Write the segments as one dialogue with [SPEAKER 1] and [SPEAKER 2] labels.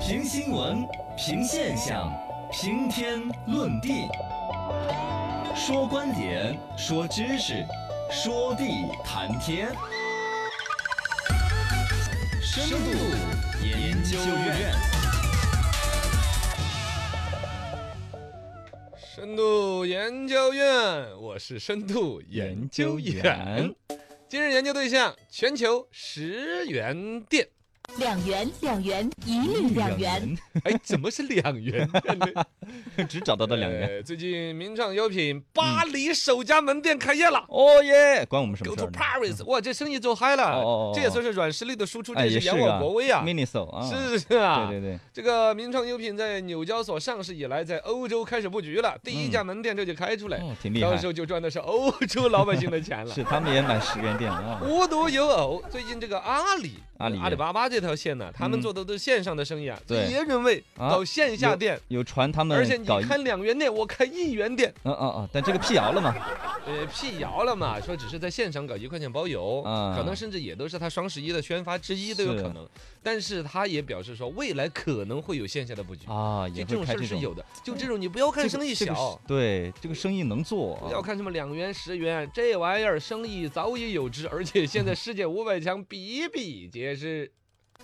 [SPEAKER 1] 评新闻，评现象，评天论地，说观点，说知识，说地谈天。深度研究院，
[SPEAKER 2] 深度研究院，我是深度研究员。今日研究对象：全球十元店。
[SPEAKER 3] 两元，两元，一律两元。
[SPEAKER 2] 哎，怎么是两元店呢？
[SPEAKER 1] 只找到的两元。
[SPEAKER 2] 呃最近名创优品巴黎首家门店开业了。
[SPEAKER 1] 哦耶，关我们什
[SPEAKER 2] Go
[SPEAKER 1] 么事
[SPEAKER 2] to
[SPEAKER 1] 儿呢？嗯
[SPEAKER 2] Paris，哇，这生意做嗨了，
[SPEAKER 1] 哦哦哦
[SPEAKER 2] 这也算是软实力的输出，这
[SPEAKER 1] 哎，也
[SPEAKER 2] 也
[SPEAKER 1] 是
[SPEAKER 2] 是扬我
[SPEAKER 1] 啊
[SPEAKER 2] 国威啊！
[SPEAKER 1] ，Miniso 啊，
[SPEAKER 2] 是是啊，
[SPEAKER 1] 对对对，
[SPEAKER 2] 这个名创优品在纽交所上市以来，在欧洲开始布局了，第一家门店这就开出来，
[SPEAKER 1] 哦，嗯挺厉害
[SPEAKER 2] 到时。候就赚的是欧洲老百姓的钱了。
[SPEAKER 1] 是，他们也买十元店了啊。
[SPEAKER 2] 无独有偶，最近这个阿里、
[SPEAKER 1] 阿里
[SPEAKER 2] 巴巴这条线呢，他们
[SPEAKER 1] 嗯
[SPEAKER 2] 做的都是线上的生意啊，
[SPEAKER 1] 对
[SPEAKER 2] 也认为
[SPEAKER 1] 啊
[SPEAKER 2] 搞线下店，
[SPEAKER 1] 有传他们
[SPEAKER 2] 而且你
[SPEAKER 1] 搞一，
[SPEAKER 2] 开两元店，我开一元店，
[SPEAKER 1] 嗯嗯嗯，但这个辟谣了嘛？
[SPEAKER 2] 呃，辟谣了嘛，说只是在线上搞一块钱包邮，
[SPEAKER 1] 啊
[SPEAKER 2] 可能甚至也都是他双十一的宣发之一都有
[SPEAKER 1] 是
[SPEAKER 2] 可能。但是他也表示说，未来可能会有线下的布局，
[SPEAKER 1] 啊，
[SPEAKER 2] 就
[SPEAKER 1] 也
[SPEAKER 2] 这
[SPEAKER 1] 会
[SPEAKER 2] 种
[SPEAKER 1] 开
[SPEAKER 2] 事儿
[SPEAKER 1] 这
[SPEAKER 2] 是
[SPEAKER 1] 种。
[SPEAKER 2] 有的。就这种你不要看生意
[SPEAKER 1] 这个
[SPEAKER 2] 小。
[SPEAKER 1] 是对，这个生意能做
[SPEAKER 2] 不要
[SPEAKER 1] 啊。
[SPEAKER 2] 看什么两元、十元，这玩意儿生意早已有之，而且现在世界五百强比比皆是。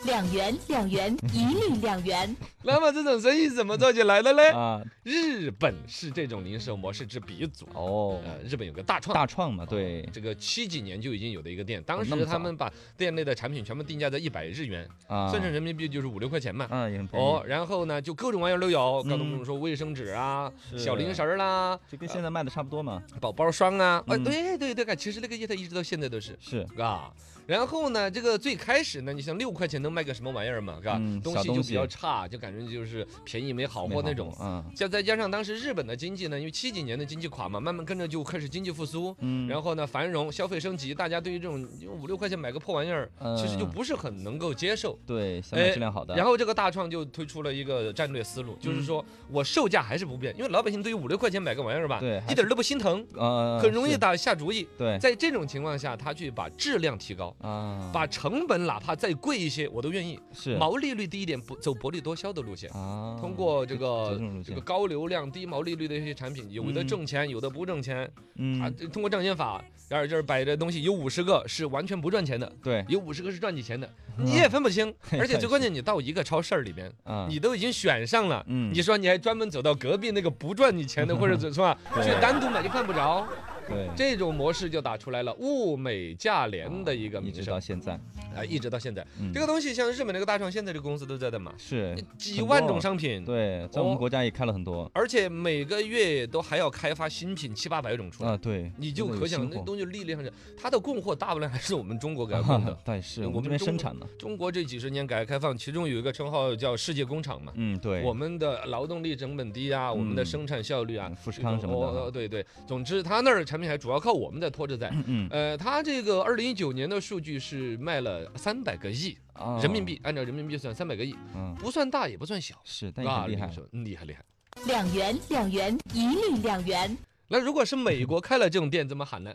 [SPEAKER 3] 两元，两元，一律两元。
[SPEAKER 2] 那么这种生意怎么做起来的嘞？
[SPEAKER 1] 啊，
[SPEAKER 2] 日本是这种零售模式之鼻祖。
[SPEAKER 1] 哦，
[SPEAKER 2] 呃，日本有个大创，
[SPEAKER 1] 大创嘛，对，
[SPEAKER 2] 这个七几年就已经有的一个店，
[SPEAKER 1] 哦
[SPEAKER 2] 当
[SPEAKER 1] 那么
[SPEAKER 2] 时
[SPEAKER 1] 早
[SPEAKER 2] 他们把店内的产品全部定价在一百日元，
[SPEAKER 1] 啊，
[SPEAKER 2] 哦算成人民币就是五六块钱嘛。
[SPEAKER 1] 啊，也很便宜
[SPEAKER 2] 哦，，然后呢，就各种玩意儿都有，
[SPEAKER 1] 嗯
[SPEAKER 2] 刚才我们说卫生纸啊、
[SPEAKER 1] 是
[SPEAKER 2] 小零食儿啦、
[SPEAKER 1] 就跟现在卖的差不多嘛。
[SPEAKER 2] 宝宝霜啊，哎，
[SPEAKER 1] 嗯
[SPEAKER 2] 对对对，其实那个业态一直到现在都是。
[SPEAKER 1] 是，
[SPEAKER 2] 啊。然后呢，这个最开始呢，你想六块钱能卖个什么玩意儿嘛？嘎、
[SPEAKER 1] 嗯
[SPEAKER 2] 东
[SPEAKER 1] 小
[SPEAKER 2] 西
[SPEAKER 1] 东
[SPEAKER 2] 就
[SPEAKER 1] 西
[SPEAKER 2] 比较差，就感觉就是便宜没好
[SPEAKER 1] 没
[SPEAKER 2] 货那
[SPEAKER 1] 法
[SPEAKER 2] 种
[SPEAKER 1] 说。啊，
[SPEAKER 2] 再再加上当时日本的经济呢，因为七几年的经济垮嘛，慢慢跟着就开始经济复苏，
[SPEAKER 1] 嗯，
[SPEAKER 2] 然后呢繁荣，消费升级，大家对于这种用五六块钱买个破玩意儿，其实就
[SPEAKER 1] 嗯
[SPEAKER 2] 不是很能够接受。
[SPEAKER 1] 对，想买
[SPEAKER 2] 哎
[SPEAKER 1] 质量好的，
[SPEAKER 2] 然
[SPEAKER 1] 后
[SPEAKER 2] 后这个大创就推出了一个战略思路，就是
[SPEAKER 1] 嗯
[SPEAKER 2] 说我售价还是不变，因为老百姓对于五六块钱买个玩意儿吧，
[SPEAKER 1] 对还
[SPEAKER 2] 一点儿都不心疼，
[SPEAKER 1] 呃，
[SPEAKER 2] 很容易
[SPEAKER 1] 是，
[SPEAKER 2] 打下主意。
[SPEAKER 1] 对，
[SPEAKER 2] 在这种情况下，他去把质量提高，
[SPEAKER 1] 啊，
[SPEAKER 2] 把成本哪怕再贵一些，我都愿意。
[SPEAKER 1] 是
[SPEAKER 2] 毛利率低一点，不走薄利多销的路线，
[SPEAKER 1] 啊，
[SPEAKER 2] 通过这
[SPEAKER 1] 走
[SPEAKER 2] 个
[SPEAKER 1] 这种路
[SPEAKER 2] 这
[SPEAKER 1] 线
[SPEAKER 2] 个，高流量、低毛利率的一些产品，有的
[SPEAKER 1] 嗯
[SPEAKER 2] 挣钱，有的不挣钱啊。
[SPEAKER 1] 嗯，
[SPEAKER 2] 这通过障眼法，然后这儿摆着东西，有五十个是完全不赚钱的，
[SPEAKER 1] 对，
[SPEAKER 2] 有五十个是赚你钱的，
[SPEAKER 1] 嗯
[SPEAKER 2] 你也分不 清。而且最关键，你到一个超市儿里边，
[SPEAKER 1] 啊，
[SPEAKER 2] 你都已经选上了。
[SPEAKER 1] 嗯，？
[SPEAKER 2] 你说你还专门走到隔壁那个不赚你钱的，或者怎么说啊
[SPEAKER 1] 对
[SPEAKER 2] 去单独买就看不着，
[SPEAKER 1] 对，
[SPEAKER 2] 这种模式就打出来了物美价廉的一个
[SPEAKER 1] 哦一
[SPEAKER 2] 名
[SPEAKER 1] 直
[SPEAKER 2] 声
[SPEAKER 1] 到，现在，
[SPEAKER 2] 啊，一直到现在，
[SPEAKER 1] 嗯
[SPEAKER 2] 这个东西像日本那个大创，现在这个公司都在的嘛，
[SPEAKER 1] 是
[SPEAKER 2] 几
[SPEAKER 1] 很
[SPEAKER 2] 万
[SPEAKER 1] 多啊
[SPEAKER 2] 种商品，
[SPEAKER 1] 对，在我们
[SPEAKER 2] 哦
[SPEAKER 1] 国家也开了很多
[SPEAKER 2] 而且每个月都还要开发新品七八百种出来，
[SPEAKER 1] 啊，对，
[SPEAKER 2] 你就
[SPEAKER 1] 真的有
[SPEAKER 2] 可想
[SPEAKER 1] 新
[SPEAKER 2] 那
[SPEAKER 1] 货
[SPEAKER 2] 东西力量是，它的供货大部分还是我们中 国给它 供的
[SPEAKER 1] 啊。，对，是
[SPEAKER 2] 我
[SPEAKER 1] 我们
[SPEAKER 2] 们
[SPEAKER 1] 这边
[SPEAKER 2] 中
[SPEAKER 1] 生
[SPEAKER 2] 国
[SPEAKER 1] 产的，
[SPEAKER 2] 中国这几十年改革开放，其中有一个称号叫“世界工厂”嘛，
[SPEAKER 1] 嗯，对，
[SPEAKER 2] 我们的劳动力成本低啊，我们的
[SPEAKER 1] 嗯
[SPEAKER 2] 生产效率啊
[SPEAKER 1] 嗯，富士
[SPEAKER 2] 这种
[SPEAKER 1] 康什么的
[SPEAKER 2] 哦哦对对，总之他那儿产品还主要靠我们在拖着在。
[SPEAKER 1] 嗯
[SPEAKER 2] 呃，他这个二零一九年的数据是卖了三百个亿
[SPEAKER 1] 啊
[SPEAKER 2] 呃人民，币，按照人民币算三百个亿，
[SPEAKER 1] 嗯，
[SPEAKER 2] 不算大也不算小，
[SPEAKER 1] 是，但也很厉害，
[SPEAKER 2] 说嗯厉害厉害。
[SPEAKER 3] 两元，两元，一律两元。
[SPEAKER 2] 那如果是美国开了这种店，怎么 喊呢？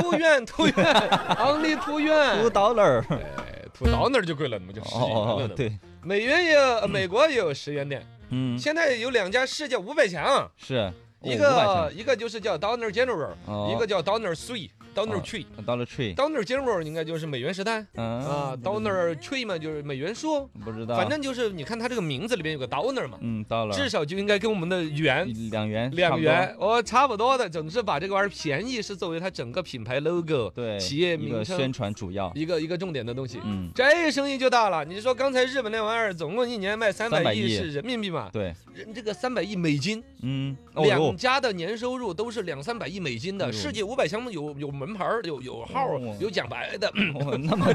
[SPEAKER 2] 突院突院，only 突院，
[SPEAKER 1] 刀了儿，
[SPEAKER 2] 哎，土到那儿就贵了，那么就十几元了
[SPEAKER 1] 哦
[SPEAKER 2] 呢，。
[SPEAKER 1] 对，
[SPEAKER 2] 美元也有，呃美国也有十元店，
[SPEAKER 1] 嗯，哦
[SPEAKER 2] 现在有两家世界五百强。
[SPEAKER 1] 是
[SPEAKER 2] 一个一个就是叫 Downer General，、
[SPEAKER 1] 哦
[SPEAKER 2] 一个叫 Downer Three、Downer
[SPEAKER 1] 哦
[SPEAKER 2] Tree、
[SPEAKER 1] Dollar Tree，
[SPEAKER 2] Downer General 应该就是美元时代啊、
[SPEAKER 1] 啊
[SPEAKER 2] d o w n e r Tree 嘛就是美元树，
[SPEAKER 1] 不知道，
[SPEAKER 2] 反正就是你看它这个名字里边有个 Downer 嘛，
[SPEAKER 1] 啊嗯，Dollar
[SPEAKER 2] 至少就应该跟我们的元。
[SPEAKER 1] 两元，差
[SPEAKER 2] 两
[SPEAKER 1] 不多，
[SPEAKER 2] 元，我、差不多的。总之，把这个玩意儿便宜是作为它整个品牌 logo、
[SPEAKER 1] 对，
[SPEAKER 2] 企业
[SPEAKER 1] 一个
[SPEAKER 2] 名
[SPEAKER 1] 宣
[SPEAKER 2] 称
[SPEAKER 1] 传主要，
[SPEAKER 2] 一个一个重点的东西，
[SPEAKER 1] 嗯，
[SPEAKER 2] 这生意就大了。你说刚才日本那玩意儿，总共一年卖三
[SPEAKER 1] 300
[SPEAKER 2] 百
[SPEAKER 1] 亿
[SPEAKER 2] 亿是人民币嘛？
[SPEAKER 1] 对，
[SPEAKER 2] 人这个三百亿美金，
[SPEAKER 1] 嗯，哦
[SPEAKER 2] 两
[SPEAKER 1] 哟，
[SPEAKER 2] 家的年收入都是两三百亿美金
[SPEAKER 1] 哎
[SPEAKER 2] 的，
[SPEAKER 1] 呦
[SPEAKER 2] 世界五百强有有门牌儿，有有号儿
[SPEAKER 1] 哦，
[SPEAKER 2] 有奖牌的。
[SPEAKER 1] 哦那么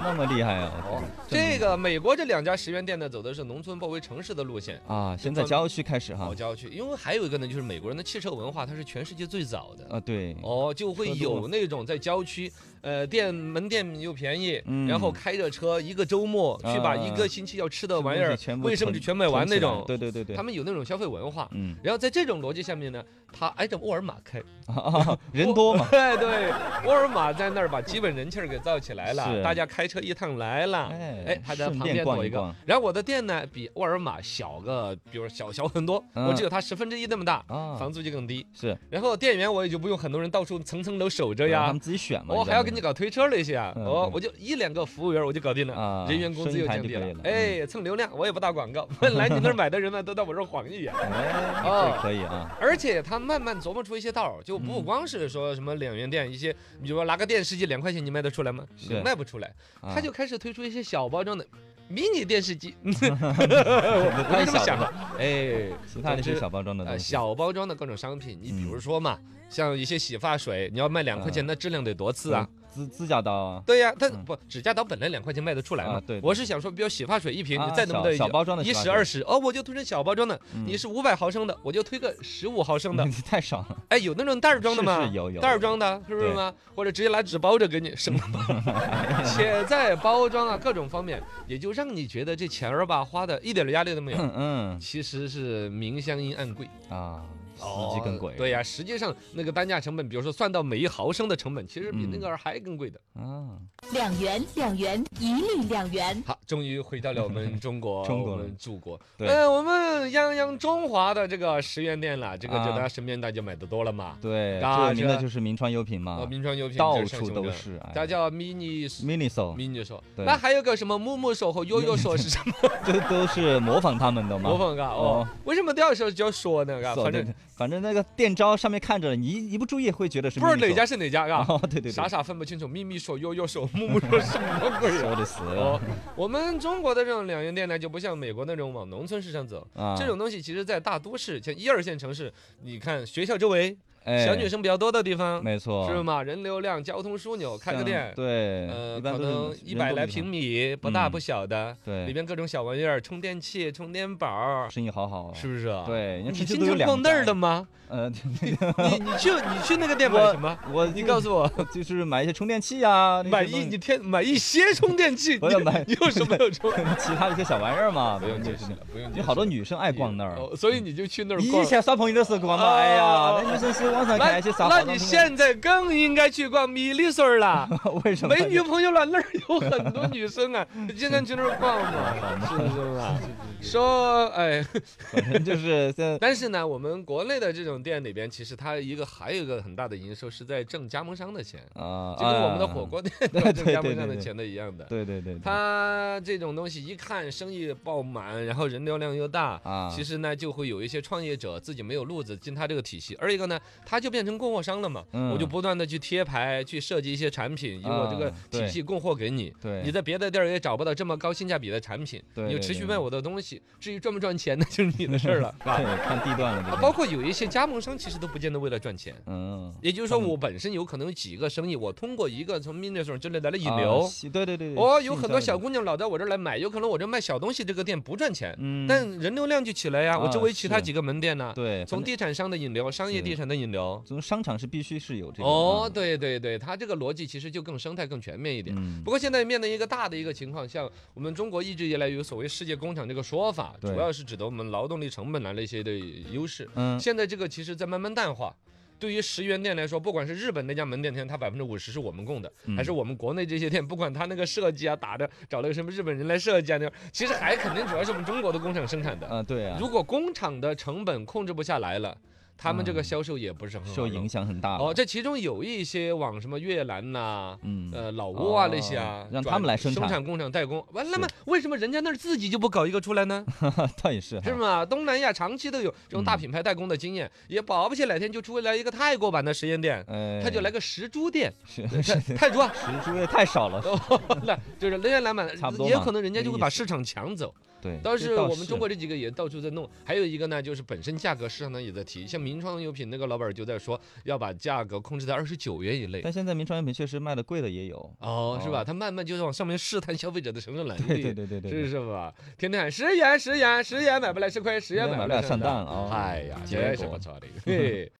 [SPEAKER 1] 那么厉害啊！我天
[SPEAKER 2] 哦这个美国这两家十元店呢，走的是农村包围城市的路线，
[SPEAKER 1] 啊，先在郊区开始哈
[SPEAKER 2] 跑，郊区。因为还有一个呢，就是美国人的汽车文化，它是全世界最早的。
[SPEAKER 1] 啊，对，
[SPEAKER 2] 哦，就会
[SPEAKER 1] 车多
[SPEAKER 2] 有那种在郊区，呃，店门店又便宜，
[SPEAKER 1] 嗯
[SPEAKER 2] 然后开着车一个周末去把一
[SPEAKER 1] 啊
[SPEAKER 2] 个星期要吃
[SPEAKER 1] 这
[SPEAKER 2] 的玩意
[SPEAKER 1] 东
[SPEAKER 2] 儿
[SPEAKER 1] 西全、部
[SPEAKER 2] 卫生
[SPEAKER 1] 囤
[SPEAKER 2] 纸全买完
[SPEAKER 1] 囤
[SPEAKER 2] 那
[SPEAKER 1] 起来
[SPEAKER 2] 种，
[SPEAKER 1] 对对对对
[SPEAKER 2] 他，们有那种消费文化。
[SPEAKER 1] 嗯，
[SPEAKER 2] 然后在这种逻辑下面呢，他挨着沃尔玛开，
[SPEAKER 1] 啊人多嘛，
[SPEAKER 2] 对对对，沃尔玛在那儿把基本人气儿给造起来了，
[SPEAKER 1] 是
[SPEAKER 2] 大家开车一趟来了，
[SPEAKER 1] 哎
[SPEAKER 2] 哎，还在
[SPEAKER 1] 顺
[SPEAKER 2] 旁
[SPEAKER 1] 便
[SPEAKER 2] 边
[SPEAKER 1] 逛
[SPEAKER 2] 躲
[SPEAKER 1] 一
[SPEAKER 2] 一个
[SPEAKER 1] 逛。
[SPEAKER 2] 然后我的店呢，比沃尔玛小个，比如小小很多，
[SPEAKER 1] 嗯
[SPEAKER 2] 我只有它十分之一那么大，
[SPEAKER 1] 啊
[SPEAKER 2] 房租就更低。
[SPEAKER 1] 是，
[SPEAKER 2] 然后店员我也就不用很多人到处层层楼守着
[SPEAKER 1] 让他
[SPEAKER 2] 呀
[SPEAKER 1] 们。自己选嘛。
[SPEAKER 2] 我哦还要
[SPEAKER 1] 这
[SPEAKER 2] 给
[SPEAKER 1] 样
[SPEAKER 2] 你
[SPEAKER 1] 子
[SPEAKER 2] 搞推车那些啊，
[SPEAKER 1] 嗯
[SPEAKER 2] 哦
[SPEAKER 1] 嗯，
[SPEAKER 2] 我就一两个服务员我就搞定
[SPEAKER 1] 啊
[SPEAKER 2] 了，人员工资又降低
[SPEAKER 1] 生态就
[SPEAKER 2] 了，
[SPEAKER 1] 可以了嗯
[SPEAKER 2] 哎，蹭流量我也不打广告，本来你那儿买的人呢都到我这儿晃一眼，
[SPEAKER 1] 哎，
[SPEAKER 2] 哦
[SPEAKER 1] 这可以啊，
[SPEAKER 2] 而且他慢慢琢磨出一些道儿，就
[SPEAKER 1] 嗯
[SPEAKER 2] 不光是说什么两元店，一些比如说拿个电视机两块钱，你卖得出来吗？
[SPEAKER 1] 是
[SPEAKER 2] 也卖不出来。
[SPEAKER 1] 啊
[SPEAKER 2] 他就开始推出一些小包装的迷你电 视机，我
[SPEAKER 1] 太
[SPEAKER 2] 就这么
[SPEAKER 1] 小
[SPEAKER 2] 想
[SPEAKER 1] 了
[SPEAKER 2] 的。哎，
[SPEAKER 1] 其他的一些
[SPEAKER 2] 总之
[SPEAKER 1] 小包装的
[SPEAKER 2] 呃
[SPEAKER 1] 东西，
[SPEAKER 2] 小包装的各种商品，你比
[SPEAKER 1] 嗯
[SPEAKER 2] 如说嘛，像一些洗发水，你要卖两块钱，那质量得多次啊！
[SPEAKER 1] 嗯，指指甲刀啊，
[SPEAKER 2] 对呀，它
[SPEAKER 1] 嗯
[SPEAKER 2] 不指甲刀本来两块钱卖得出来
[SPEAKER 1] 啊
[SPEAKER 2] 嘛
[SPEAKER 1] 对对。
[SPEAKER 2] 我是想说，比如洗发水一瓶，
[SPEAKER 1] 啊
[SPEAKER 2] 你再那么多
[SPEAKER 1] 小小包装的洗
[SPEAKER 2] 一
[SPEAKER 1] 发
[SPEAKER 2] 十
[SPEAKER 1] 水
[SPEAKER 2] 二十，哦，我就推成小包装的，
[SPEAKER 1] 嗯
[SPEAKER 2] 你是五百毫升的，我就推个十五毫升的，
[SPEAKER 1] 太少了，
[SPEAKER 2] 哎，有那种袋儿装的吗？
[SPEAKER 1] 是是有有
[SPEAKER 2] 袋儿装的，是不是
[SPEAKER 1] 对
[SPEAKER 2] 吗？或者直接拿纸包着给 你省了包，且在包装啊各种方面，也就让你觉得这钱儿吧花的一点儿压力都没有。
[SPEAKER 1] 嗯
[SPEAKER 2] 其实是明相因暗贵，哦
[SPEAKER 1] 嗯啊，司机更贵，
[SPEAKER 2] 对呀、实际上那个单价成本，比如说算到每一毫升的成本，其实比那
[SPEAKER 1] 嗯
[SPEAKER 2] 个还更贵的。
[SPEAKER 1] 啊，
[SPEAKER 3] 两元两元一律两元，
[SPEAKER 2] 好，终于回到了我们中国，
[SPEAKER 1] 中国
[SPEAKER 2] 我
[SPEAKER 1] 了
[SPEAKER 2] 们祖国。
[SPEAKER 1] 对
[SPEAKER 2] 呃，我们泱泱中华的这个十元店了，这个就
[SPEAKER 1] 啊
[SPEAKER 2] 大家身边大家买的多了嘛。
[SPEAKER 1] 对，
[SPEAKER 2] 啊
[SPEAKER 1] 最有名的
[SPEAKER 2] 这
[SPEAKER 1] 就是名创优品
[SPEAKER 2] 呃，
[SPEAKER 1] 嘛，
[SPEAKER 2] 名创优品
[SPEAKER 1] 啊到
[SPEAKER 2] 这上
[SPEAKER 1] 处
[SPEAKER 2] 熊
[SPEAKER 1] 都
[SPEAKER 2] 证
[SPEAKER 1] 是，哎
[SPEAKER 2] 它叫 mini
[SPEAKER 1] Miniso，
[SPEAKER 2] 迷你手，
[SPEAKER 1] 对
[SPEAKER 2] 那还有个什么木木手和悠悠手 是什么
[SPEAKER 1] 这都是模仿他们的嘛，
[SPEAKER 2] 模仿嘎？哦
[SPEAKER 1] 哦，
[SPEAKER 2] 为什么都要说就要说呢？嘎，
[SPEAKER 1] 搜
[SPEAKER 2] 反
[SPEAKER 1] 对
[SPEAKER 2] 正
[SPEAKER 1] 对反正那个店招上面看着你一一不注意会觉得是
[SPEAKER 2] 不知道哪
[SPEAKER 1] Miniso
[SPEAKER 2] 家是啊哪家嘎，
[SPEAKER 1] 哦，对对对，
[SPEAKER 2] 傻傻分不清楚。秘密手、悠悠手、木木手什么鬼
[SPEAKER 1] 说
[SPEAKER 2] 啊？
[SPEAKER 1] 的死了，
[SPEAKER 2] 哦我们中国的这种两元店呢，就不像美国那种往农村市场走。
[SPEAKER 1] 啊，
[SPEAKER 2] 这种东西其实，在大都市，像一二线城市，你看学校周围，
[SPEAKER 1] 哎
[SPEAKER 2] 小女生比较多的地方，
[SPEAKER 1] 没错，
[SPEAKER 2] 是吗？人流量、交通枢纽，开个
[SPEAKER 1] 像
[SPEAKER 2] 店，
[SPEAKER 1] 对，
[SPEAKER 2] 呃，
[SPEAKER 1] 一般
[SPEAKER 2] 可
[SPEAKER 1] 都是
[SPEAKER 2] 能
[SPEAKER 1] 人
[SPEAKER 2] 一
[SPEAKER 1] 多
[SPEAKER 2] 百
[SPEAKER 1] 的
[SPEAKER 2] 来
[SPEAKER 1] 地
[SPEAKER 2] 平
[SPEAKER 1] 方，
[SPEAKER 2] 米，不大
[SPEAKER 1] 嗯
[SPEAKER 2] 不小的，
[SPEAKER 1] 对
[SPEAKER 2] 里边各种小玩意儿，充电器、充电宝儿，
[SPEAKER 1] 生意好好，
[SPEAKER 2] 是，不是啊？，
[SPEAKER 1] 对，
[SPEAKER 2] 你
[SPEAKER 1] 你
[SPEAKER 2] 经常逛那儿的
[SPEAKER 1] 吗？
[SPEAKER 2] 吗？
[SPEAKER 1] 呃，
[SPEAKER 2] 你你去你去那个店买
[SPEAKER 1] 我
[SPEAKER 2] 什么？
[SPEAKER 1] 我
[SPEAKER 2] 你告诉我，
[SPEAKER 1] 我 就是买一些充电器啊，那
[SPEAKER 2] 买
[SPEAKER 1] 些东
[SPEAKER 2] 一
[SPEAKER 1] 西
[SPEAKER 2] 你天买一些充电器，
[SPEAKER 1] 我
[SPEAKER 2] 你
[SPEAKER 1] 要买
[SPEAKER 2] 你有什么有充？
[SPEAKER 1] 其他的一些小玩意儿嘛，
[SPEAKER 2] 不用
[SPEAKER 1] 就
[SPEAKER 2] 解
[SPEAKER 1] 是
[SPEAKER 2] 释了，不用解释了。
[SPEAKER 1] 有好多女生爱逛那儿。
[SPEAKER 2] 哦，所以你就去那儿
[SPEAKER 1] 以
[SPEAKER 2] 逛。
[SPEAKER 1] 前耍朋友的时候逛嘛，
[SPEAKER 2] 啊
[SPEAKER 1] 哎
[SPEAKER 2] 啊
[SPEAKER 1] 呀，
[SPEAKER 2] 啊
[SPEAKER 1] 那女生是网上
[SPEAKER 2] 那
[SPEAKER 1] 看一些啥
[SPEAKER 2] 那你现在更应该去逛米粒水儿了，
[SPEAKER 1] 为什么
[SPEAKER 2] 没女朋友了，那儿有很多女生啊，你经常去那儿 逛嘛，是不是嘛？说，哎，
[SPEAKER 1] 反正就是在
[SPEAKER 2] 但是呢，我们国内的这种店里边，其实它一个还有一个很大的营收是在挣加盟商的钱，
[SPEAKER 1] 啊，
[SPEAKER 2] 就跟我们的
[SPEAKER 1] 啊
[SPEAKER 2] 火，锅店
[SPEAKER 1] 对
[SPEAKER 2] 挣
[SPEAKER 1] 对对
[SPEAKER 2] 加盟商的
[SPEAKER 1] 对
[SPEAKER 2] 钱的一样的。
[SPEAKER 1] 对对对，对
[SPEAKER 2] 它这种东西一看生意爆满，然后人流量又大。
[SPEAKER 1] 啊，
[SPEAKER 2] 其实呢，就会有一些创业者自己没有路子进他这个体系。二一个呢，他就变成供货商了嘛，
[SPEAKER 1] 嗯
[SPEAKER 2] 我就不断的去贴牌，去设计一些产品，以我这个
[SPEAKER 1] 啊对
[SPEAKER 2] 体系供货给你。
[SPEAKER 1] 对
[SPEAKER 2] 你在别的地儿也找不到这么高性价比的产品，
[SPEAKER 1] 对
[SPEAKER 2] 你就
[SPEAKER 1] 对
[SPEAKER 2] 持续
[SPEAKER 1] 对
[SPEAKER 2] 卖我的东西。至于赚不赚钱，那就是你的事 儿了，是吧？
[SPEAKER 1] 对看地段了这
[SPEAKER 2] 啊，
[SPEAKER 1] 是，
[SPEAKER 2] 包括有一些加盟商其实都不见得为了赚钱。
[SPEAKER 1] 嗯，
[SPEAKER 2] 也就是说，我本身有可能有几个生意，我通过一个从 mini 手之类的来引
[SPEAKER 1] 啊
[SPEAKER 2] 流。
[SPEAKER 1] 吸对对对，对
[SPEAKER 2] 哦，
[SPEAKER 1] 吸
[SPEAKER 2] 有
[SPEAKER 1] 引
[SPEAKER 2] 很
[SPEAKER 1] 到
[SPEAKER 2] 多
[SPEAKER 1] 你
[SPEAKER 2] 小姑娘老到我这儿来买，有可能我这卖小东西这个店不赚钱，
[SPEAKER 1] 嗯，
[SPEAKER 2] 但人流量就起来呀。我
[SPEAKER 1] 啊
[SPEAKER 2] 周围其他
[SPEAKER 1] 是
[SPEAKER 2] 几个门店呢，
[SPEAKER 1] 对，
[SPEAKER 2] 从
[SPEAKER 1] 反正
[SPEAKER 2] 地产商的引流，商业地
[SPEAKER 1] 是
[SPEAKER 2] 产的引流。
[SPEAKER 1] 从商场是必须是有这个
[SPEAKER 2] 哦，
[SPEAKER 1] 嗯
[SPEAKER 2] 对对对，它这个逻辑其实就更生态、更全面一点。
[SPEAKER 1] 嗯
[SPEAKER 2] 不过现在面临一个大的一个情况，像我们中国一直以来有所谓“世界工厂”这个说法，
[SPEAKER 1] 对
[SPEAKER 2] 主要是指的我们劳动力成本来了一些的优势。
[SPEAKER 1] 嗯
[SPEAKER 2] 现在这个其实在慢慢淡化。对于十元店来说，不管是日本那家门店，它百分之五十是我们供的，
[SPEAKER 1] 嗯
[SPEAKER 2] 还是我们国内这些店，不管它那个设计啊，打的找了个什么日本人来设计啊，那其实还肯定主要是我们中国的工厂生产的。
[SPEAKER 1] 啊对啊，
[SPEAKER 2] 如果工厂的成本控制不下来了，他们这个
[SPEAKER 1] 嗯
[SPEAKER 2] 销售也不是很好
[SPEAKER 1] 受
[SPEAKER 2] 弄
[SPEAKER 1] 影响很大
[SPEAKER 2] 哦，
[SPEAKER 1] 了
[SPEAKER 2] 这其中有一些往什么越南呐、
[SPEAKER 1] 嗯
[SPEAKER 2] 呃老挝啊那些
[SPEAKER 1] 哦
[SPEAKER 2] 啊，
[SPEAKER 1] 让
[SPEAKER 2] 转
[SPEAKER 1] 他们来生
[SPEAKER 2] 生
[SPEAKER 1] 产
[SPEAKER 2] 产工厂代工。完，那么为什么人家那儿自己就不搞一个出来呢？
[SPEAKER 1] 倒也是哈
[SPEAKER 2] 是吗？东南亚长期都有这种大
[SPEAKER 1] 嗯
[SPEAKER 2] 品牌代工的经验，也保不齐哪天就出来一个泰国版的实验店，
[SPEAKER 1] 哎，
[SPEAKER 2] 他就来个石猪店，
[SPEAKER 1] 是
[SPEAKER 2] 泰
[SPEAKER 1] 是
[SPEAKER 2] 泰铢啊。
[SPEAKER 1] 实数也太少了，
[SPEAKER 2] 哦那就是人家来买
[SPEAKER 1] 差不，多
[SPEAKER 2] 也
[SPEAKER 1] 嘛
[SPEAKER 2] 可能人家
[SPEAKER 1] 这
[SPEAKER 2] 就
[SPEAKER 1] 个
[SPEAKER 2] 会
[SPEAKER 1] 意
[SPEAKER 2] 把
[SPEAKER 1] 思
[SPEAKER 2] 市场抢走。
[SPEAKER 1] 对，
[SPEAKER 2] 倒
[SPEAKER 1] 这
[SPEAKER 2] 是我们中国
[SPEAKER 1] 是
[SPEAKER 2] 这几个也到处在弄，还有一个呢，就是本身价格市场上也在提，像名创优品那个老板就在说要把价格控制在二十九元以内。
[SPEAKER 1] 但现在名创用品确实卖的贵的也有，
[SPEAKER 2] 哦，是
[SPEAKER 1] 哦
[SPEAKER 2] 吧？他慢慢就是往上面试探消费者的承受能力，
[SPEAKER 1] 对对对对对，
[SPEAKER 2] 是是吧？天天喊十元十元十元买不来吃亏，十元
[SPEAKER 1] 买
[SPEAKER 2] 买
[SPEAKER 1] 不
[SPEAKER 2] 不
[SPEAKER 1] 了
[SPEAKER 2] 来
[SPEAKER 1] 上
[SPEAKER 2] 上
[SPEAKER 1] 当
[SPEAKER 2] 当。
[SPEAKER 1] 啊！哦
[SPEAKER 2] 哎呀，
[SPEAKER 1] 结
[SPEAKER 2] 这是
[SPEAKER 1] 果
[SPEAKER 2] 不错的。嘿。